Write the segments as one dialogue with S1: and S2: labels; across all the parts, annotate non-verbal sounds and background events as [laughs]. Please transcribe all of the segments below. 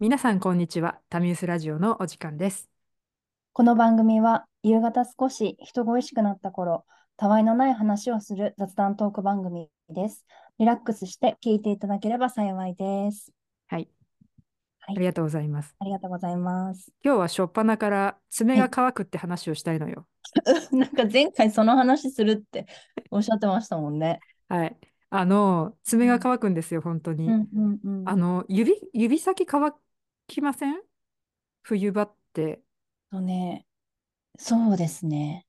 S1: 皆さん、こんにちは。タミウスラジオのお時間です。
S2: この番組は夕方少し人恋しくなった頃、たわいのない話をする雑談トーク番組です。リラックスして聞いていただければ幸いです。
S1: はい。
S2: はい
S1: ありがとうございます。
S2: ありがとうございます。 [laughs]
S1: 今日は初っ端から爪が乾くって話をしたいのよ。
S2: なんか前回その話するっておっしゃってましたもんね。
S1: はい。あの、爪が乾くんですよ、本当
S2: う
S1: に。
S2: んうんうん。
S1: あの、指、指先乾きません冬場って。
S2: とね、そうですね。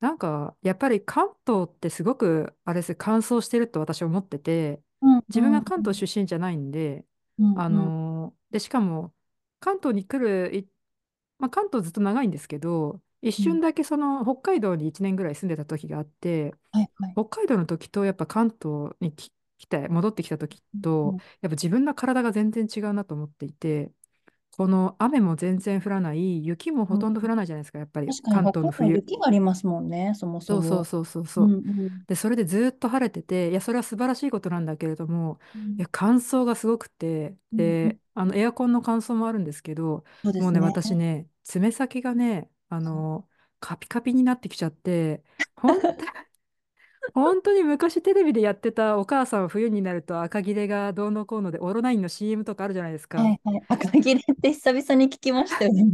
S1: なんか、やっぱり関東ってすごく、あれです、乾燥してると私思ってて、
S2: うん
S1: 自分が関東出身じゃないんで、
S2: うん
S1: あのーで、しかも、関東に来る、いまあ、関東ずっと長いんですけど、一瞬だけその北海道に1年ぐらい住んでた時があって、
S2: はいはい。
S1: 北海道の時とやっぱ関東にき来て、戻ってきた時と、やっぱ自分の体が全然違うなと思っていて、この雨も全然降らない、雪もほとんど降らないじゃないですか、やっぱり
S2: 確か
S1: 関東
S2: に北
S1: の
S2: 海道
S1: 冬。
S2: 雪がありますもんね、そもそ
S1: そう
S2: も。
S1: そうそうそうそう。
S2: うんうん
S1: で、それでずっと晴れてて、いや、それは素晴らしいことなんだけれども、いや、乾燥がすごくて、
S2: うん
S1: で、あの、エアコンの乾燥もあるんですけど、
S2: そうで
S1: もう
S2: す
S1: ね、
S2: ね。
S1: 私ね、爪先がね、あの、カピカピになってきちゃって、本
S2: [laughs]
S1: 当本当に昔テレビでやってたお母さんは冬になると赤切れがどうのこうので、オロナインの CM とかあるじゃないですか。
S2: はいはい。赤切れって久々に聞きましたよね。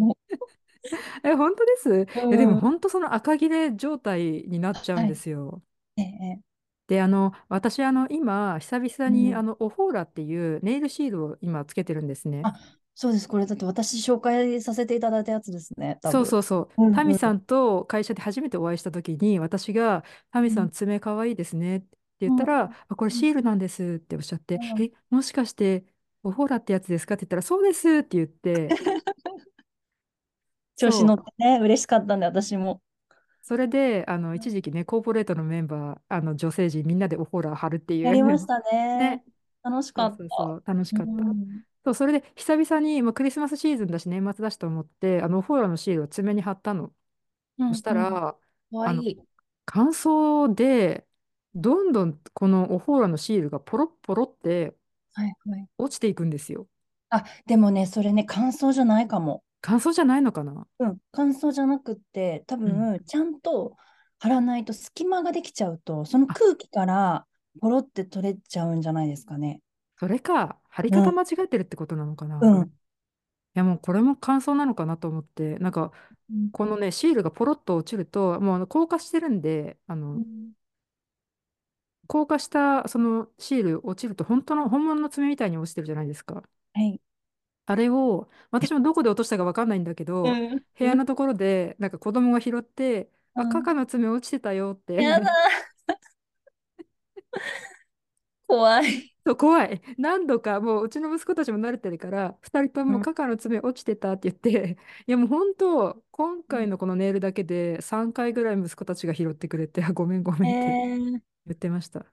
S1: え、本当です。
S2: う
S1: え、でも
S2: ん
S1: 本当その赤切れ状態になっちゃうんですよ。
S2: [laughs] ええ、
S1: で、あの、私、あの、今、久々に、
S2: うん
S1: あの、オホーラっていうネイルシールを今つけてるんですね。
S2: あそうです。これだって私紹介させていただいたやつですね。多
S1: そう
S2: 分。
S1: そうそう。
S2: うんうん
S1: タミさんと会社で初めてお会いした時に、私が、タミさ、
S2: うんん
S1: 爪かわいいですねって言った
S2: う
S1: ら、
S2: ん
S1: あ、これシールなんですっておっしゃって、
S2: うん
S1: え、もしかして、オホーラってやつですかって言ったら、そうですって言
S2: [laughs]
S1: って、
S2: 調
S1: そ
S2: 子
S1: う
S2: 乗ってね、嬉しかったんで、私も。
S1: それで、あの、一時期ね、コーポレートのメンバー、あの、女性陣みんなでオホーラを貼るっていう
S2: やりま
S1: の
S2: し
S1: を
S2: たね
S1: ね。。
S2: 楽し
S1: [laughs] そ
S2: か
S1: う
S2: っ
S1: そうそ
S2: た。
S1: う、楽し
S2: う
S1: かった。
S2: ん
S1: そう、それで久々に、まあ、クリスマスシーズンだし年末だしと思ってあのオフォーラのシールを爪に貼ったの。
S2: う
S1: そ
S2: ん
S1: した
S2: うんからわ
S1: あ
S2: い
S1: の
S2: い。
S1: 乾燥でどんどんこのオフォーラのシールがポロッポロって
S2: はいはい。
S1: 落ちていくんですよ。
S2: あ、でもね、それね、乾燥じゃないかも。
S1: 乾燥じゃないのかな
S2: うん、乾燥じゃなくって、多
S1: うん
S2: 分ちゃんと貼らないと隙間ができちゃうと、その
S1: あ
S2: 空気からポロって取れちゃうんじゃないですかね。
S1: それか貼り
S2: う
S1: 方
S2: ん、
S1: 間違えてるってことなのかな。
S2: う
S1: い
S2: ん。
S1: やもうこれも乾燥なのかなと思ってなんか
S2: うん
S1: このねシールがポロッと落ちるともうあの硬化してるんであ
S2: う
S1: の
S2: ん
S1: 硬化したそのシール落ちると本当の本物の爪みたいに落ちてるじゃないですか。
S2: はい。
S1: あれを、私もどこで落としたか分かんないんだけ
S2: う
S1: ど、
S2: ん。
S1: 部屋のところで、なんか子供が拾って、あ、
S2: うん。
S1: カカの爪落ちてたよっ
S2: やだ
S1: て、
S2: [laughs] 怖い。
S1: [laughs] そう怖い。何度か、もううちの息子たちも慣れてるから、2人と
S2: う
S1: も
S2: ん
S1: カカの爪落ちてたって言って、いやもう本当、今回のこのネイルだけで3回ぐらい息子たちが拾ってくれて、あごめんご
S2: え
S1: めんって [laughs]
S2: ー、
S1: 言ってました。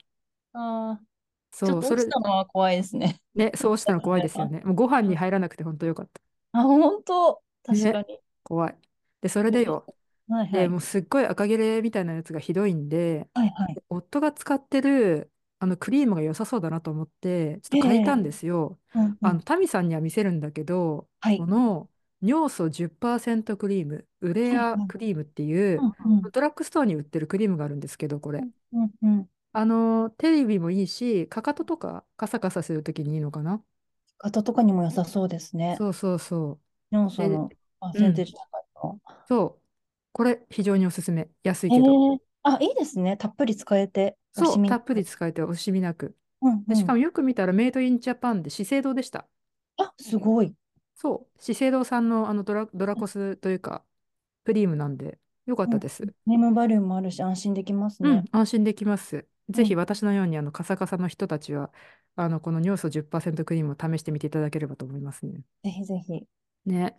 S2: あー、ちょ
S1: そ
S2: っ
S1: う、
S2: と
S1: そ
S2: 落ち
S1: れ、
S2: たのは怖いですね。
S1: ね、そう落ちたの怖いですよね。もうご飯
S2: う
S1: に
S2: ん
S1: 入らなくて本当よかっ
S2: あ、本当、
S1: た。
S2: 確
S1: ね、
S2: かに。
S1: 怖い。で、それでよ。
S2: はい [laughs] は
S1: で、
S2: い。
S1: もうすっごい赤切れみたいなやつがひどいんで、
S2: はいはい。
S1: 夫が使ってるあのクリームが良さそうだなと思って、ちょっと
S2: え
S1: 借りた
S2: え
S1: んですよ。
S2: うんう
S1: あの、
S2: ん。
S1: タミさんには見せるんだけど、
S2: はい。
S1: この尿素10%クリーム、ウレ
S2: はい
S1: ア
S2: はい。
S1: クリームっていうう、
S2: んうん
S1: ドラッグストアに売ってるクリームがあるんですけど、こ
S2: う
S1: れ。
S2: んうんうん。
S1: あの、テレビもいいし、かかととかカサカサするときにいいのかな
S2: 肩とかにも良さそうですね。
S1: そうそうそ
S2: 尿素
S1: う。で、
S2: のパー
S1: う
S2: センテー
S1: ん、
S2: ジ高い
S1: そう。これ、非常におすすめ。安い
S2: の。
S1: けど。
S2: ええあ、いいですね。たっぷり使えて、惜
S1: そ
S2: し
S1: う、
S2: み
S1: た
S2: な
S1: っぷり
S2: く。
S1: 使えて惜しみなく。
S2: うん
S1: で、
S2: う
S1: しかも
S2: ん。
S1: よく見たらメイドインジャパンで資生堂でした。
S2: あ、すごい。
S1: そう資生堂さんのあのドラ、ドラコスというか、クリームなんで、よかっ
S2: う
S1: た
S2: ん。
S1: です。
S2: ネームバリューもあるし、安心できます
S1: う
S2: ね。
S1: ん、安心できます。
S2: う
S1: ぜひ
S2: ん。
S1: 私のようにあのカサカサの人たちは、あのこの尿素10%クリームを試してみていただければと思いますね。
S2: ぜひぜひ。
S1: ね。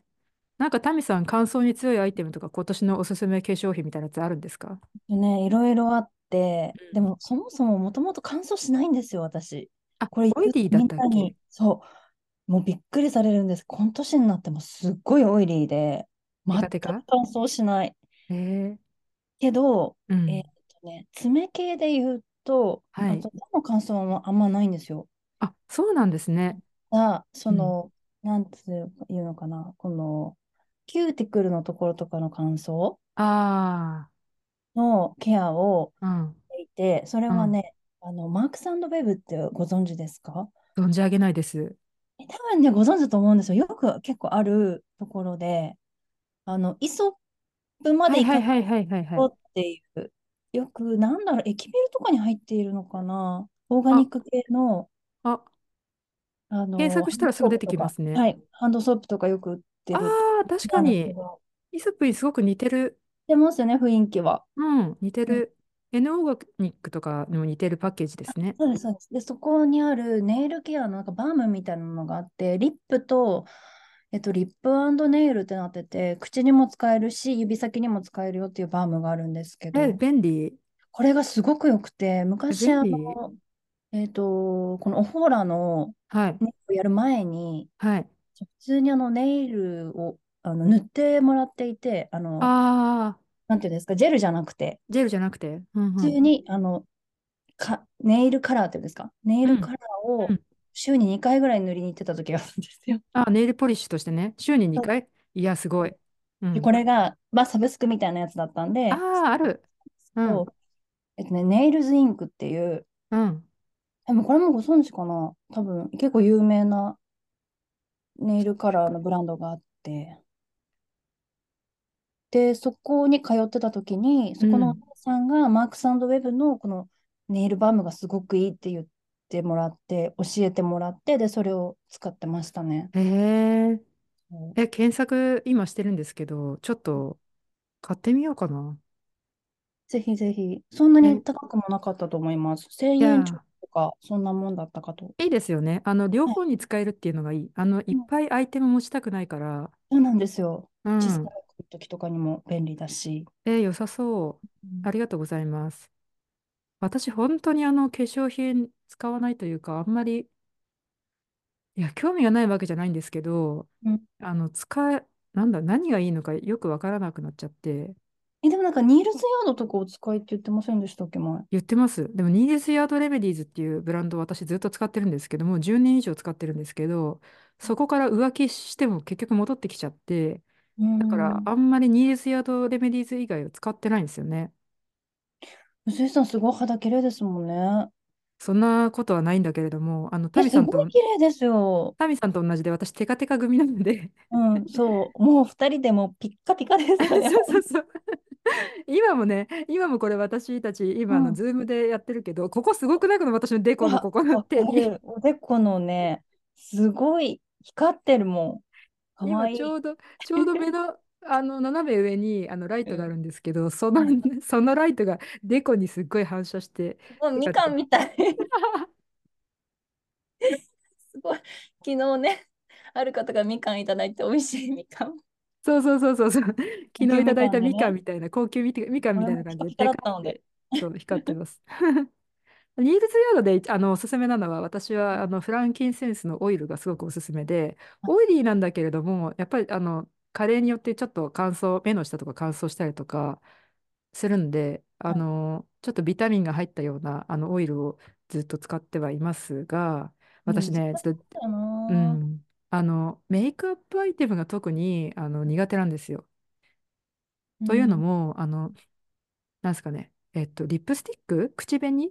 S1: なんかタミさん、乾燥に強いアイテムとか、今年のおすすめ化粧品みたいなやつあるんですか
S2: ね、いろいろあって、
S1: う
S2: で
S1: ん
S2: もそもそももともと乾燥しないんですよ、私。
S1: あ、
S2: これ
S1: オイ
S2: 言う
S1: リー
S2: と
S1: だっ
S2: みん
S1: たっ
S2: な
S1: け
S2: に、そう、もうびっくりされるんです。この年になってもすっごいオイリーで、
S1: テ
S2: 全
S1: カ
S2: く
S1: テカ
S2: 乾燥しない。
S1: えー、
S2: けど、
S1: う
S2: えーっ
S1: ん。
S2: とね、爪系で言うと、
S1: は
S2: あ
S1: い。
S2: と手の乾燥はあんまないんですよ。
S1: あ、そうなんですね。
S2: が、そ
S1: うん。
S2: の、なんていうのかな、この、キューティクルのところとかの乾燥
S1: あ
S2: のケアを
S1: あ、うん。
S2: していて、それ
S1: う
S2: は
S1: ん。
S2: ね、あの、マークスベブってご存知ですか
S1: 存じ上げないです。
S2: え、多分ね、ご存知だと思うんですよ。よく結構あるところで、あの、イソップま
S1: は
S2: で
S1: い
S2: い
S1: は
S2: か
S1: いは
S2: ない
S1: いはいはいは
S2: と
S1: い。
S2: っていう、よく、なんだろう、駅ビルとかに入っているのかな、オーガニ
S1: あ、
S2: ック系の、
S1: あ、
S2: あ
S1: 検
S2: の、
S1: 索
S2: ハ
S1: し
S2: ン
S1: た
S2: ド
S1: らすぐ
S2: ソー
S1: 出
S2: プ
S1: て
S2: と
S1: きま
S2: か、
S1: すね。
S2: はい、ハンドソープとかよく売って
S1: あ
S2: る
S1: あ、確か
S2: なんですけ
S1: に。
S2: ど、
S1: イソップにすごく似てる。
S2: 出ますよね、雰囲気は。
S1: うん、似て
S2: うん
S1: る。N オーガニックとかにも似てるパッケージですね。
S2: そうです、そうです。で、そこにあるネイルケアのなんかバームみたいなのがあって、リップと、えっと、リップネイルってなってて、口にも使えるし、指先にも使えるよっていうバームがあるんですけ
S1: え、
S2: ど、
S1: 便利。
S2: これがすごく良くて、
S1: え
S2: 昔、
S1: 便
S2: あ
S1: 利
S2: の、えっと、このオフォーラの
S1: はい。
S2: ネイルをやる前に、
S1: はい。
S2: 普通にあのネイルをあの塗ってもらっていて、あの、
S1: ああ、
S2: なんていうんですか、ジェルじゃなくて、
S1: ジェルじゃなくて。うんう
S2: 普通
S1: ん。
S2: にあのかネイルカラーっていうんですか、ネイ
S1: う
S2: ルカ
S1: ん。
S2: ラー
S1: う
S2: を
S1: ん。
S2: 週に2回ぐらい塗りに行ってた時があるんですよ。
S1: あ、ネイルポリッシュとしてね。週に
S2: そう
S1: 2回。いや、すごい。う
S2: で、こ
S1: ん。
S2: れが、まあ、サブスクみたいなやつだったん
S1: あ
S2: で、
S1: あ、ある。うん。
S2: そうえっとね、ネイルズインクっていう、
S1: うん。
S2: でもこれもご存知かな、多分結構有名なネイルカラーのブランドがあって、で、そこに通ってた時に、
S1: う
S2: そこのお
S1: ん。
S2: 姉さんがマークスウェブのこのネイルバームがすごくいいって言ってもらって、教えてもらって、で、それを使ってましたね。
S1: へえ。
S2: そう
S1: え、検索今してるんですけど、ちょっと買ってみようかな。
S2: ぜひぜひ、そんな
S1: え、
S2: に
S1: い
S2: 高くもなかったと思います。1000円ちょっ
S1: や、
S2: とか、そんなもんだったかと。
S1: いいですよね。あの、両
S2: はい
S1: 方に使えるっていうのがいい。あの、いっ
S2: うん
S1: ぱいアイテム持ちたくないから。
S2: そうなんですよ。
S1: う
S2: 実際
S1: ん。
S2: 来る時とかにも便利だし。
S1: え、良さそう。
S2: う
S1: あ
S2: ん
S1: りがとうございます。私、本当にあの、化粧品使わないというか、あんまり、いや、興味がないわけじゃないんですけど、
S2: うん
S1: あの、使え、なんだ、何がいいのかよくわからなくなっちゃって、
S2: え、でもなんか、ニールズヤードとかを使いって言ってませんでしたっけ、前。
S1: 言ってます。でも、ニーデスヤードレメディーズっていうブランドを私ずっと使ってるんですけども、10年以上使ってるんですけど、そこから浮気しても結局戻ってきちゃって、
S2: う
S1: だから、
S2: ん。
S1: あんまりニーデスヤードレメディーズ以外を使ってないんですよね。
S2: 薄井さん、すごい肌綺麗ですもんね。
S1: そんなことはないんだけれども、あの、タ
S2: え、
S1: ミ
S2: す
S1: さん
S2: ごい
S1: と、
S2: 綺麗ですよ。
S1: タミさんと同じで私テカテカ組なの
S2: [laughs]
S1: で
S2: う
S1: [laughs]
S2: ん、そう。もう二人でもうピッカピカですよね、
S1: そう
S2: ほ
S1: そうんそう。今もね、今もこれ私たち、
S2: う
S1: 今あの、
S2: ん。
S1: ズームでやってるけど、ここすごくないこの私のデコの
S2: わ、
S1: ここの
S2: わ
S1: 手
S2: か
S1: に。
S2: る。おでこのね、すごい光ってるもん。か
S1: 今
S2: わい
S1: ち
S2: い。
S1: ょうど、ちょうど目
S2: [laughs]
S1: の、あの、斜め上にあのライ
S2: う
S1: トがあ
S2: ん
S1: るんですけど、その、
S2: はい。
S1: [laughs] そのライトがデコにすっごい反射して、
S2: [laughs] すごい、
S1: テカ
S2: み
S1: テ
S2: か
S1: カ。
S2: んみたい。 [laughs] すごい。昨日ね、ある方がみかんいただいて、美味しいみかん。
S1: そうそうそうそうそう。昨
S2: 高
S1: 日
S2: 級
S1: いた
S2: み
S1: だい
S2: かん
S1: た
S2: で
S1: みかん
S2: ね、
S1: みたいな、高級みて、みかん
S2: こ
S1: み
S2: れ
S1: たいな感
S2: もピ
S1: じ
S2: カ
S1: で、デ
S2: ピカだっ
S1: カ
S2: た
S1: っ
S2: ので。
S1: て、そう、光ってます。 [laughs] ニールズヤードであのおすすめなのは、私はあのフランキンセンスのオイルがすごくおすすめで、オイリーなんだけれども、やっぱりあの加齢によってちょっと乾燥、目の下とか乾燥したりとかするんで、あ
S2: はい
S1: のちょっとビタミンが入ったようなあのオイルをずっと使ってはいますが、
S2: うん、
S1: 私ね、
S2: 難し
S1: ちょっと、
S2: い
S1: う
S2: よな。
S1: ん、あのメイクアップアイテムが特にあの苦手なんですよ。
S2: う
S1: というの
S2: ん。
S1: も、あの、なんですかね、えっと、リップスティック、口紅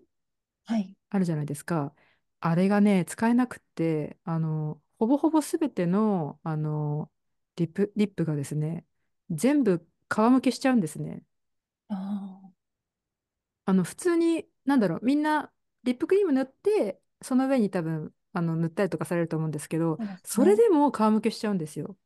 S2: はい。
S1: あるじゃないですか。あれがね、使えなくって、あの、ほぼほぼすべての、あの、リップ、リップがですね、全部皮むけしちゃうんですね。
S2: あ
S1: あの、普通に、なんだろう、みんな、リップクリーム塗って、その上に多分、あの、塗ったりとかされると思うんですけど、
S2: あ、そうです
S1: それ
S2: ね。
S1: でも皮むけしちゃうんですよ。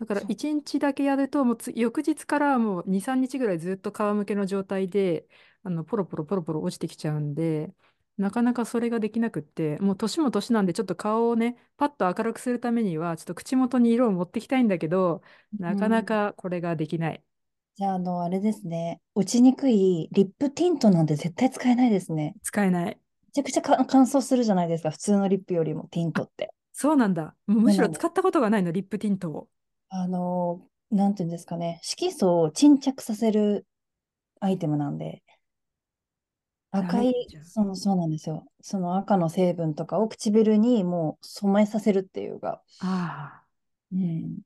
S1: だから
S2: そう。
S1: 1日だけやると、もうつ翌日からもう2、3日ぐらいずっと皮むけの状態で、あのポロポロポロポロ落ちてきちゃうんで、なかなかそれができなくって、もう年も年なんで、ちょっと顔をね、パッと明るくするためには、ちょっと口元に色を持ってきたいんだけど、な
S2: う。
S1: かなんかこれができない。
S2: じゃあ、あの、あれですね。落ちにくいリップティントなんて絶対使えないですね。
S1: 使えない。
S2: めちゃくちゃか乾燥するじゃないですか。普通のリップよりもティント
S1: あ
S2: って。
S1: そうなんだ。もうむ
S2: そう
S1: し
S2: な
S1: ろ
S2: んで
S1: 使
S2: す。
S1: ったことがないの、リップティントを。
S2: あの、なんていうんですかね。色素を沈着させるアイテムなんで。
S1: ダ
S2: 赤
S1: メ
S2: い、
S1: じゃん。
S2: その、そうなんですよ。その赤の成分とかを唇にもう染めさせるっていうか。
S1: ああ、
S2: うん。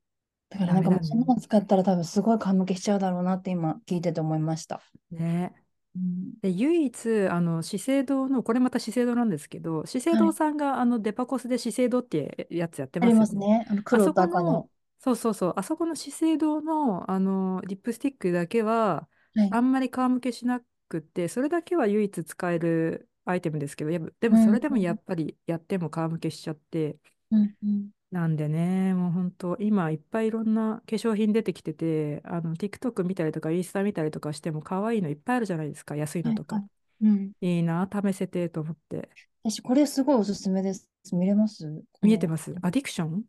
S2: だから
S1: ダ
S2: な
S1: メ
S2: んかもう
S1: だ
S2: そんな
S1: ね。
S2: の使ったら多分すごい顔向けしちゃうだろうなって今聞いてて思いました。
S1: ね。
S2: うん。
S1: で、唯一、あの、資生堂の、これまた資生堂なんですけど、資生
S2: は
S1: 堂
S2: い。
S1: さんが、あの、デパコスで資生堂ってやつやって
S2: あ
S1: ま
S2: り
S1: すよ
S2: ます
S1: ね。
S2: ね。あの
S1: あ
S2: 黒
S1: そ
S2: と
S1: こ
S2: 赤
S1: の、
S2: の。
S1: そうそうそう、あそこの資生堂の、あの、リップスティックだけは、
S2: はい。
S1: あんまり皮むけしなくって、それだけは唯一使えるアイテムですけど、やっぱで
S2: う
S1: もそれ
S2: ん。
S1: でもやっぱりやっても皮むけしちゃって、
S2: うんうん。
S1: なんでね、もう本当、今いっぱいいろんな化粧品出てきてて、あの、TikTok 見たりとか、インスタ見たりとかしても可愛いのいっぱいあるじゃないですか、安いの
S2: はい
S1: と
S2: は
S1: か。
S2: い。うん。
S1: いいな、試せてと思って。
S2: 私、これすごいおすすめです。見れますこ
S1: 見えて
S2: の。
S1: ますアディクション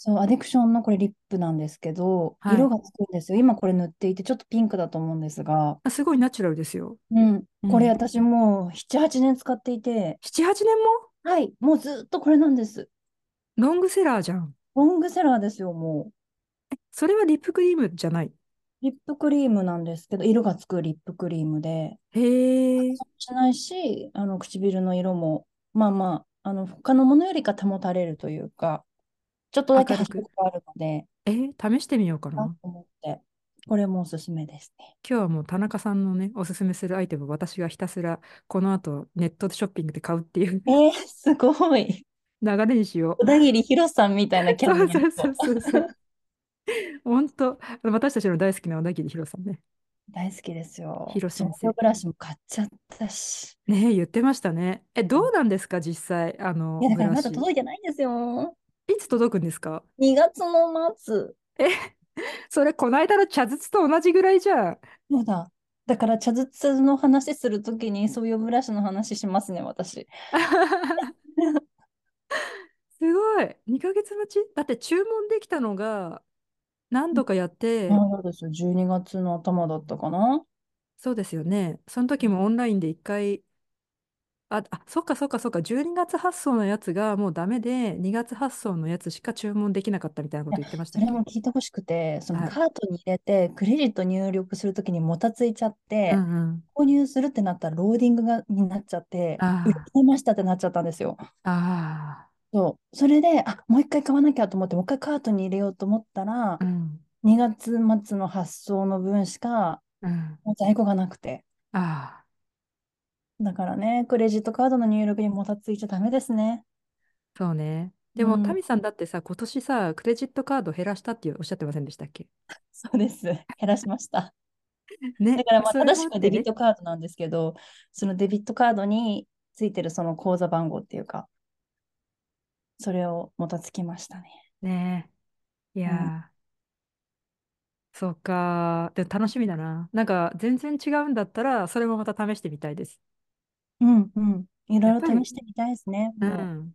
S2: そう、アディクションのこれリップなんですけど、
S1: は
S2: 色
S1: い。
S2: がつくんですよ。今これ塗っていて、ちょっとピンクだと思うんですが、
S1: あ、すごいナチュラルですよ。
S2: うん、
S1: う
S2: これ
S1: ん。
S2: 私もう7、8年使っていて、
S1: 7、8年も
S2: はい、もうずっとこれなんです。
S1: ロングセラーじゃん。
S2: ロングセラーですよ、もう。
S1: それはリップクリームじゃない。
S2: リップクリームなんですけど、色がつくリップクリームで、
S1: へえ。
S2: しないし、あの唇の色も、まあまあ、あの他のものよりか保たれるというか、ちょっとだけ
S1: 明る
S2: 発色
S1: く。
S2: があるので、
S1: えー、試してみようか
S2: なと
S1: な。
S2: 思って、これもおすすめですね。
S1: 今日はもう田中さんのね、おすすめするアイテムを私がひたすらこの後ネットでショッピングで買うっていう
S2: えー、すごい。
S1: 流れにしよ
S2: 小田切ヒさんみたいな
S1: う。
S2: キャラ
S1: そう
S2: にな
S1: そ
S2: り
S1: うそ
S2: そう
S1: そうそう。本当、あの私たちの大好きな小田切ヒロさんね。
S2: う。大好きです
S1: ヒ
S2: よ。
S1: ロ
S2: ジョ
S1: 先
S2: ンソ
S1: 生。
S2: ブラシも買っちゃったし。
S1: ねえ、言ってましたね。え、
S2: う
S1: ど
S2: ん
S1: うなんですか、実際、あ
S2: い
S1: の、
S2: や、だ
S1: ブ
S2: か
S1: ラ
S2: らまだ
S1: シ。
S2: 届いてないんですよ。
S1: いつ届くんですか
S2: 2月の末。
S1: え、それ、こないだの茶筒と同じぐらいじゃん。
S2: そうだ。だから、茶筒の話するときに、そういうブラシの話しますね、私。
S1: すごい。2ヶ月待ちだって注文できたのが何度かやっ
S2: あ
S1: て、
S2: あ、そうですよ。12月の頭だったかな。
S1: そうですよね。その時もオンラインで1回、あ、あ、そっかそっかそっか、12月発送のやつがもうダメで、2月発送のやつしか注文できなかったみたいなこと言ってました
S2: そ
S1: っ
S2: れも
S1: け
S2: 聞いてほしくて、その
S1: はい。
S2: カートに入れて、クレジット入力するときにもたついちゃっ
S1: う
S2: て、
S1: んうん。
S2: 購入するってなったらローディングがになっちゃって、売り
S1: あ
S2: 切れましたってなっちゃったんですよ。
S1: あ、あ
S2: そう。それで、あ、もう一回買わなきゃと思って、もう一回カートに入れようと思ったら、
S1: あ、うん、
S2: 2月末の発送の分しか、
S1: うん。
S2: もう在庫がなくて。
S1: ああ。
S2: だからね、クレジットカードの入力にもたついちゃダメですね。
S1: そうね。
S2: う
S1: でも、タ
S2: ん、
S1: ミさんだってさ、今年さ、クレジットカード減らしたっておっしゃってませんでしたっけ
S2: そ
S1: [laughs]
S2: うです。減らしました。だ
S1: ね。
S2: からまあ
S1: それ
S2: 正
S1: も
S2: し
S1: あっ
S2: くは
S1: て
S2: デビッ
S1: ね。
S2: トカードなんですけど、そのデビットカードについてるその口座番号っていうか、それをもたつきましたね。
S1: ねえ。い
S2: うん、
S1: やー、そうか。でも楽しみだな。なんか、全然違うんだったら、それもまた試してみたいです。
S2: うんうん。い
S1: や
S2: ろ
S1: っ
S2: い
S1: ぱ
S2: ろ試
S1: り、
S2: してみたいですね、
S1: う
S2: も
S1: ん。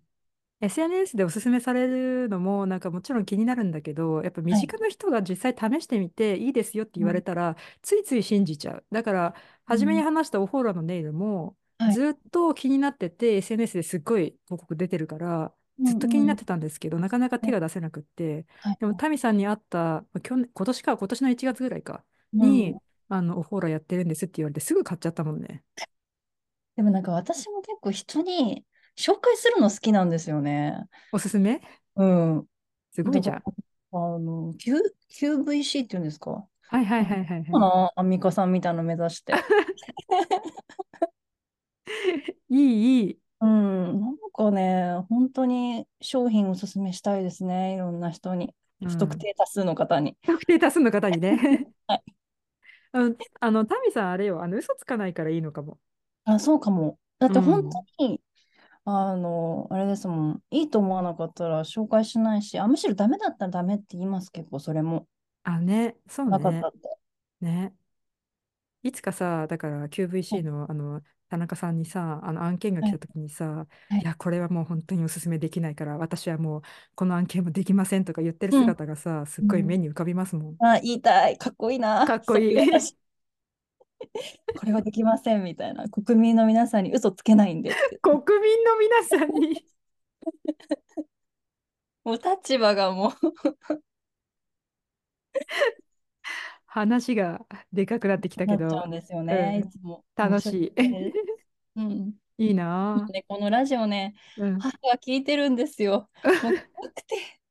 S1: SNS でおすすめされるのも、なんかもちろん気になるんだけど、やっぱ
S2: う。
S1: 身
S2: はい。
S1: 近な人が実際試してみて、いいですよって言
S2: う
S1: われ
S2: ん、
S1: たら、ついつい信じちゃう。だから、
S2: う
S1: 初めに
S2: ん
S1: 話したオフォーラのネイルも、
S2: はい。
S1: ずっと気になってて、SNS ですっごい広告出てるから、
S2: う
S1: ずっ
S2: ん
S1: と気に
S2: う
S1: なっ
S2: ん。
S1: てたんですけど、なかなか
S2: は
S1: 手
S2: い。
S1: が出せなくって、
S2: はい
S1: でも、タミさんに会った、去年、今年か、今年の1月ぐらいか、
S2: う
S1: に、
S2: ん。
S1: あの、オフォーラやってるんですって言われて、すぐ買っちゃったもんね。
S2: でもなんか私も結構人に紹介するの好きなんですよね。
S1: おすすめ
S2: うん。
S1: すごい
S2: だ
S1: じ
S2: か
S1: ゃん。
S2: ら、あの、Q、QVC っていうんですか
S1: はいはい
S2: あ
S1: はいはいはい。
S2: かなアンミカさんみたいなの目指して。
S1: [laughs] いい、いい。
S2: うん、なんかね、本当に商品おすすめしたいですね、いろんな人に。
S1: う
S2: 不特
S1: ん。
S2: 定多数の方に。
S1: 特定多数の方にね
S2: [laughs] はい。
S1: うん、あの、タミさんあれよ、あの、嘘つかないからいいのかも。
S2: あ、そうかも。だっ
S1: う
S2: て本
S1: ん。
S2: 当に、あの、あれですもん、いいと思わなかったら紹介しないし、あ、むしろダメだったらダメって言います、結構、それも。
S1: あ、ね、そう
S2: なかった
S1: ね。
S2: って。
S1: ね。いつかさ、だから
S2: はい、
S1: QVC の、あの、田中さんにさ、あの案件が
S2: は
S1: 来
S2: い、
S1: た時にさ、
S2: はいい。
S1: や、これはもう本当にお勧めできないから、私はもうこの案件もできませんとか言ってる
S2: うん。
S1: 姿がさ、すっ
S2: う
S1: ごい目
S2: ん
S1: に浮かびますもん。
S2: あ、言いたい。かっこいい
S1: か
S2: な。
S1: っこ
S2: そう
S1: い
S2: いう
S1: い。
S2: 私、これはできませんみたいな。国民の皆さんに嘘つけないんでって。
S1: 国民の皆さん [laughs] に
S2: もう立場がもう
S1: 話がでかくなってきた
S2: な
S1: け
S2: っちゃう
S1: ど、
S2: んですよ
S1: う
S2: ね。い
S1: ん、
S2: つも面
S1: 楽
S2: 白
S1: しい。
S2: いです。うん。
S1: いいな
S2: ね、このラジオね、
S1: ぁ。うん。
S2: 母が聞いてるんで
S1: [laughs]
S2: すよ。もう怖くて。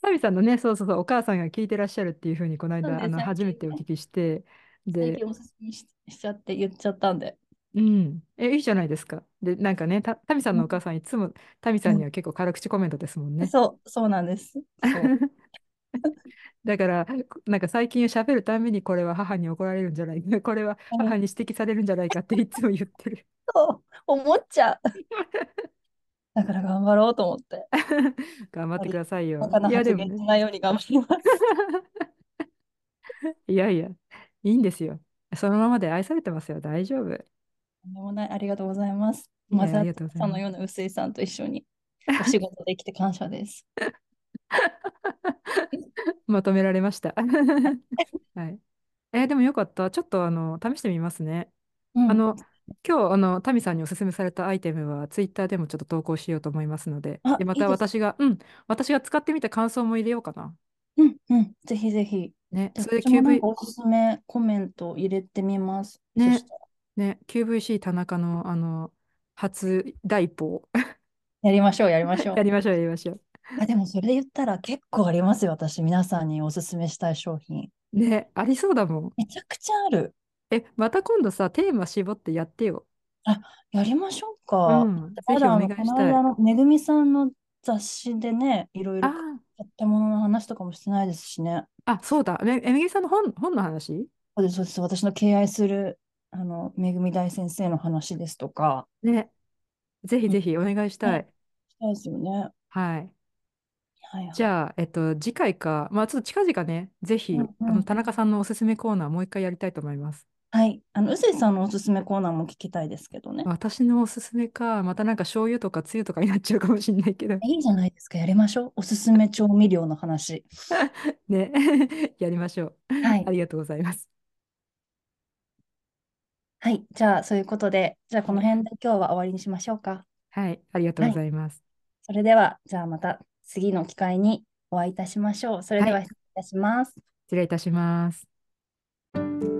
S1: サビさんのね、そうそうそう、お母さんが聞いてらっしゃるっていうふうに、この
S2: そう
S1: 間、あ
S2: です、
S1: の、
S2: 最
S1: 初め
S2: 近
S1: てお
S2: ね、
S1: 聞きして、
S2: 最
S1: で、
S2: 近おすすめし、しちゃって言っちゃったんで。
S1: うん。え、いいじゃないですか。で、なんかね、た、タミさん
S2: う
S1: のお
S2: ん
S1: 母さん、いつもタミさ
S2: うん
S1: に
S2: ん
S1: は結構辛口コメントですもんね。
S2: そう、そうなんです。そう。
S1: だから、なんか最近喋るために、これは母に怒られるんじゃないか、こ [laughs] れは
S2: う
S1: 母
S2: ん
S1: に指摘されるんじゃないかっていつも言ってる。 [laughs]
S2: そう、思っちゃう。だから頑張ろうと思って。やっ
S1: 頑張っ
S2: ぱ
S1: て
S2: り、
S1: くださいよ。
S2: バカない
S1: や、で
S2: 発
S1: も
S2: 言し
S1: ね。
S2: ないように頑張ります。
S1: いやいや、いいんですよ。そのままで愛されてますよ。大丈夫。
S2: とんでもない、ありがとうございます。
S1: い
S2: ま
S1: や、あ
S2: た、
S1: りがとうござい
S2: その
S1: ます。
S2: ような臼井さんと一緒にお仕事できて感謝です。
S1: [laughs] まとめられました。 [laughs] はい。えーでもよかった。ちょっと、あの、試してみますね。
S2: う
S1: あ
S2: ん。
S1: の、今日、あの、タミさんにおすすめされたアイテムは、ツイッターでもちょっと投稿しようと思いますので、
S2: あ、
S1: で、ま
S2: いい
S1: た
S2: です。
S1: 私が、うん、私が使ってみた感想も入れようかな。
S2: うん、うん、ぜひぜひ。
S1: ね、
S2: で、
S1: それで
S2: 私もなんか
S1: QV、
S2: おすすめコメント入れてみます。そし
S1: ね、
S2: たら、
S1: ね、QVC 田中の、あの、初第一歩を
S2: やりましょう、やりま
S1: [laughs]
S2: し
S1: や
S2: ょ
S1: りましょう、やりましょう。
S2: う。あ、でもそれで言ったら結構ありますよ、私。皆さんにおすすめしたい商品。
S1: ね、ありそうだもん。
S2: めちゃくちゃある。
S1: え、また今度さ、テーマ絞ってやってよ。
S2: あ、やりましょう
S1: う
S2: か。
S1: ん、ぜ
S2: ま
S1: ひ
S2: だ
S1: お
S2: あの、
S1: 願
S2: こ
S1: いし
S2: の
S1: たい。
S2: 間のめぐみさんの雑誌でね、いろいろ買
S1: あ
S2: ったものの話とかもしてないですしね。
S1: あ、あ、そうだ。め、えめぐみさんの本、本の話
S2: そうです、そうです。私の敬愛する、あの、めぐみ大先生の話ですとか。
S1: ね、ぜひ
S2: うん
S1: ぜひお願いした
S2: ね、
S1: い。
S2: したいですよね。は
S1: はい。
S2: い
S1: じ
S2: は
S1: ゃあ、えっと、次回か、まあ、ちょっと近々ね、ぜ
S2: い。う
S1: ひ、あ
S2: んう
S1: の、
S2: ん。
S1: 田中さんのおすすめコーナー、もう一回やりたいと思います。
S2: はい。あの、うすいさんのおすすめコーナーも聞きたいですけどね。
S1: 私のおすすめか、またなんか醤油とかつゆとかになっちゃうかもしれないけど、
S2: いいじゃないですか。やりましょう。おすすめ調味料の話。
S1: ね、 [laughs] やりましょう。
S2: は
S1: あ
S2: い。
S1: りがとうございます。
S2: はい。じゃあ、そういうことで、じゃあ、こ
S1: は
S2: の
S1: い、
S2: 辺で今日は終わりにしましょうか。
S1: はい、ありがとう
S2: は
S1: ご
S2: い。
S1: ざいます。
S2: それでは、じゃあ、また次の機会にお会いいたしましょう。それ
S1: は、
S2: ではい失礼いたします。
S1: 失礼いたします。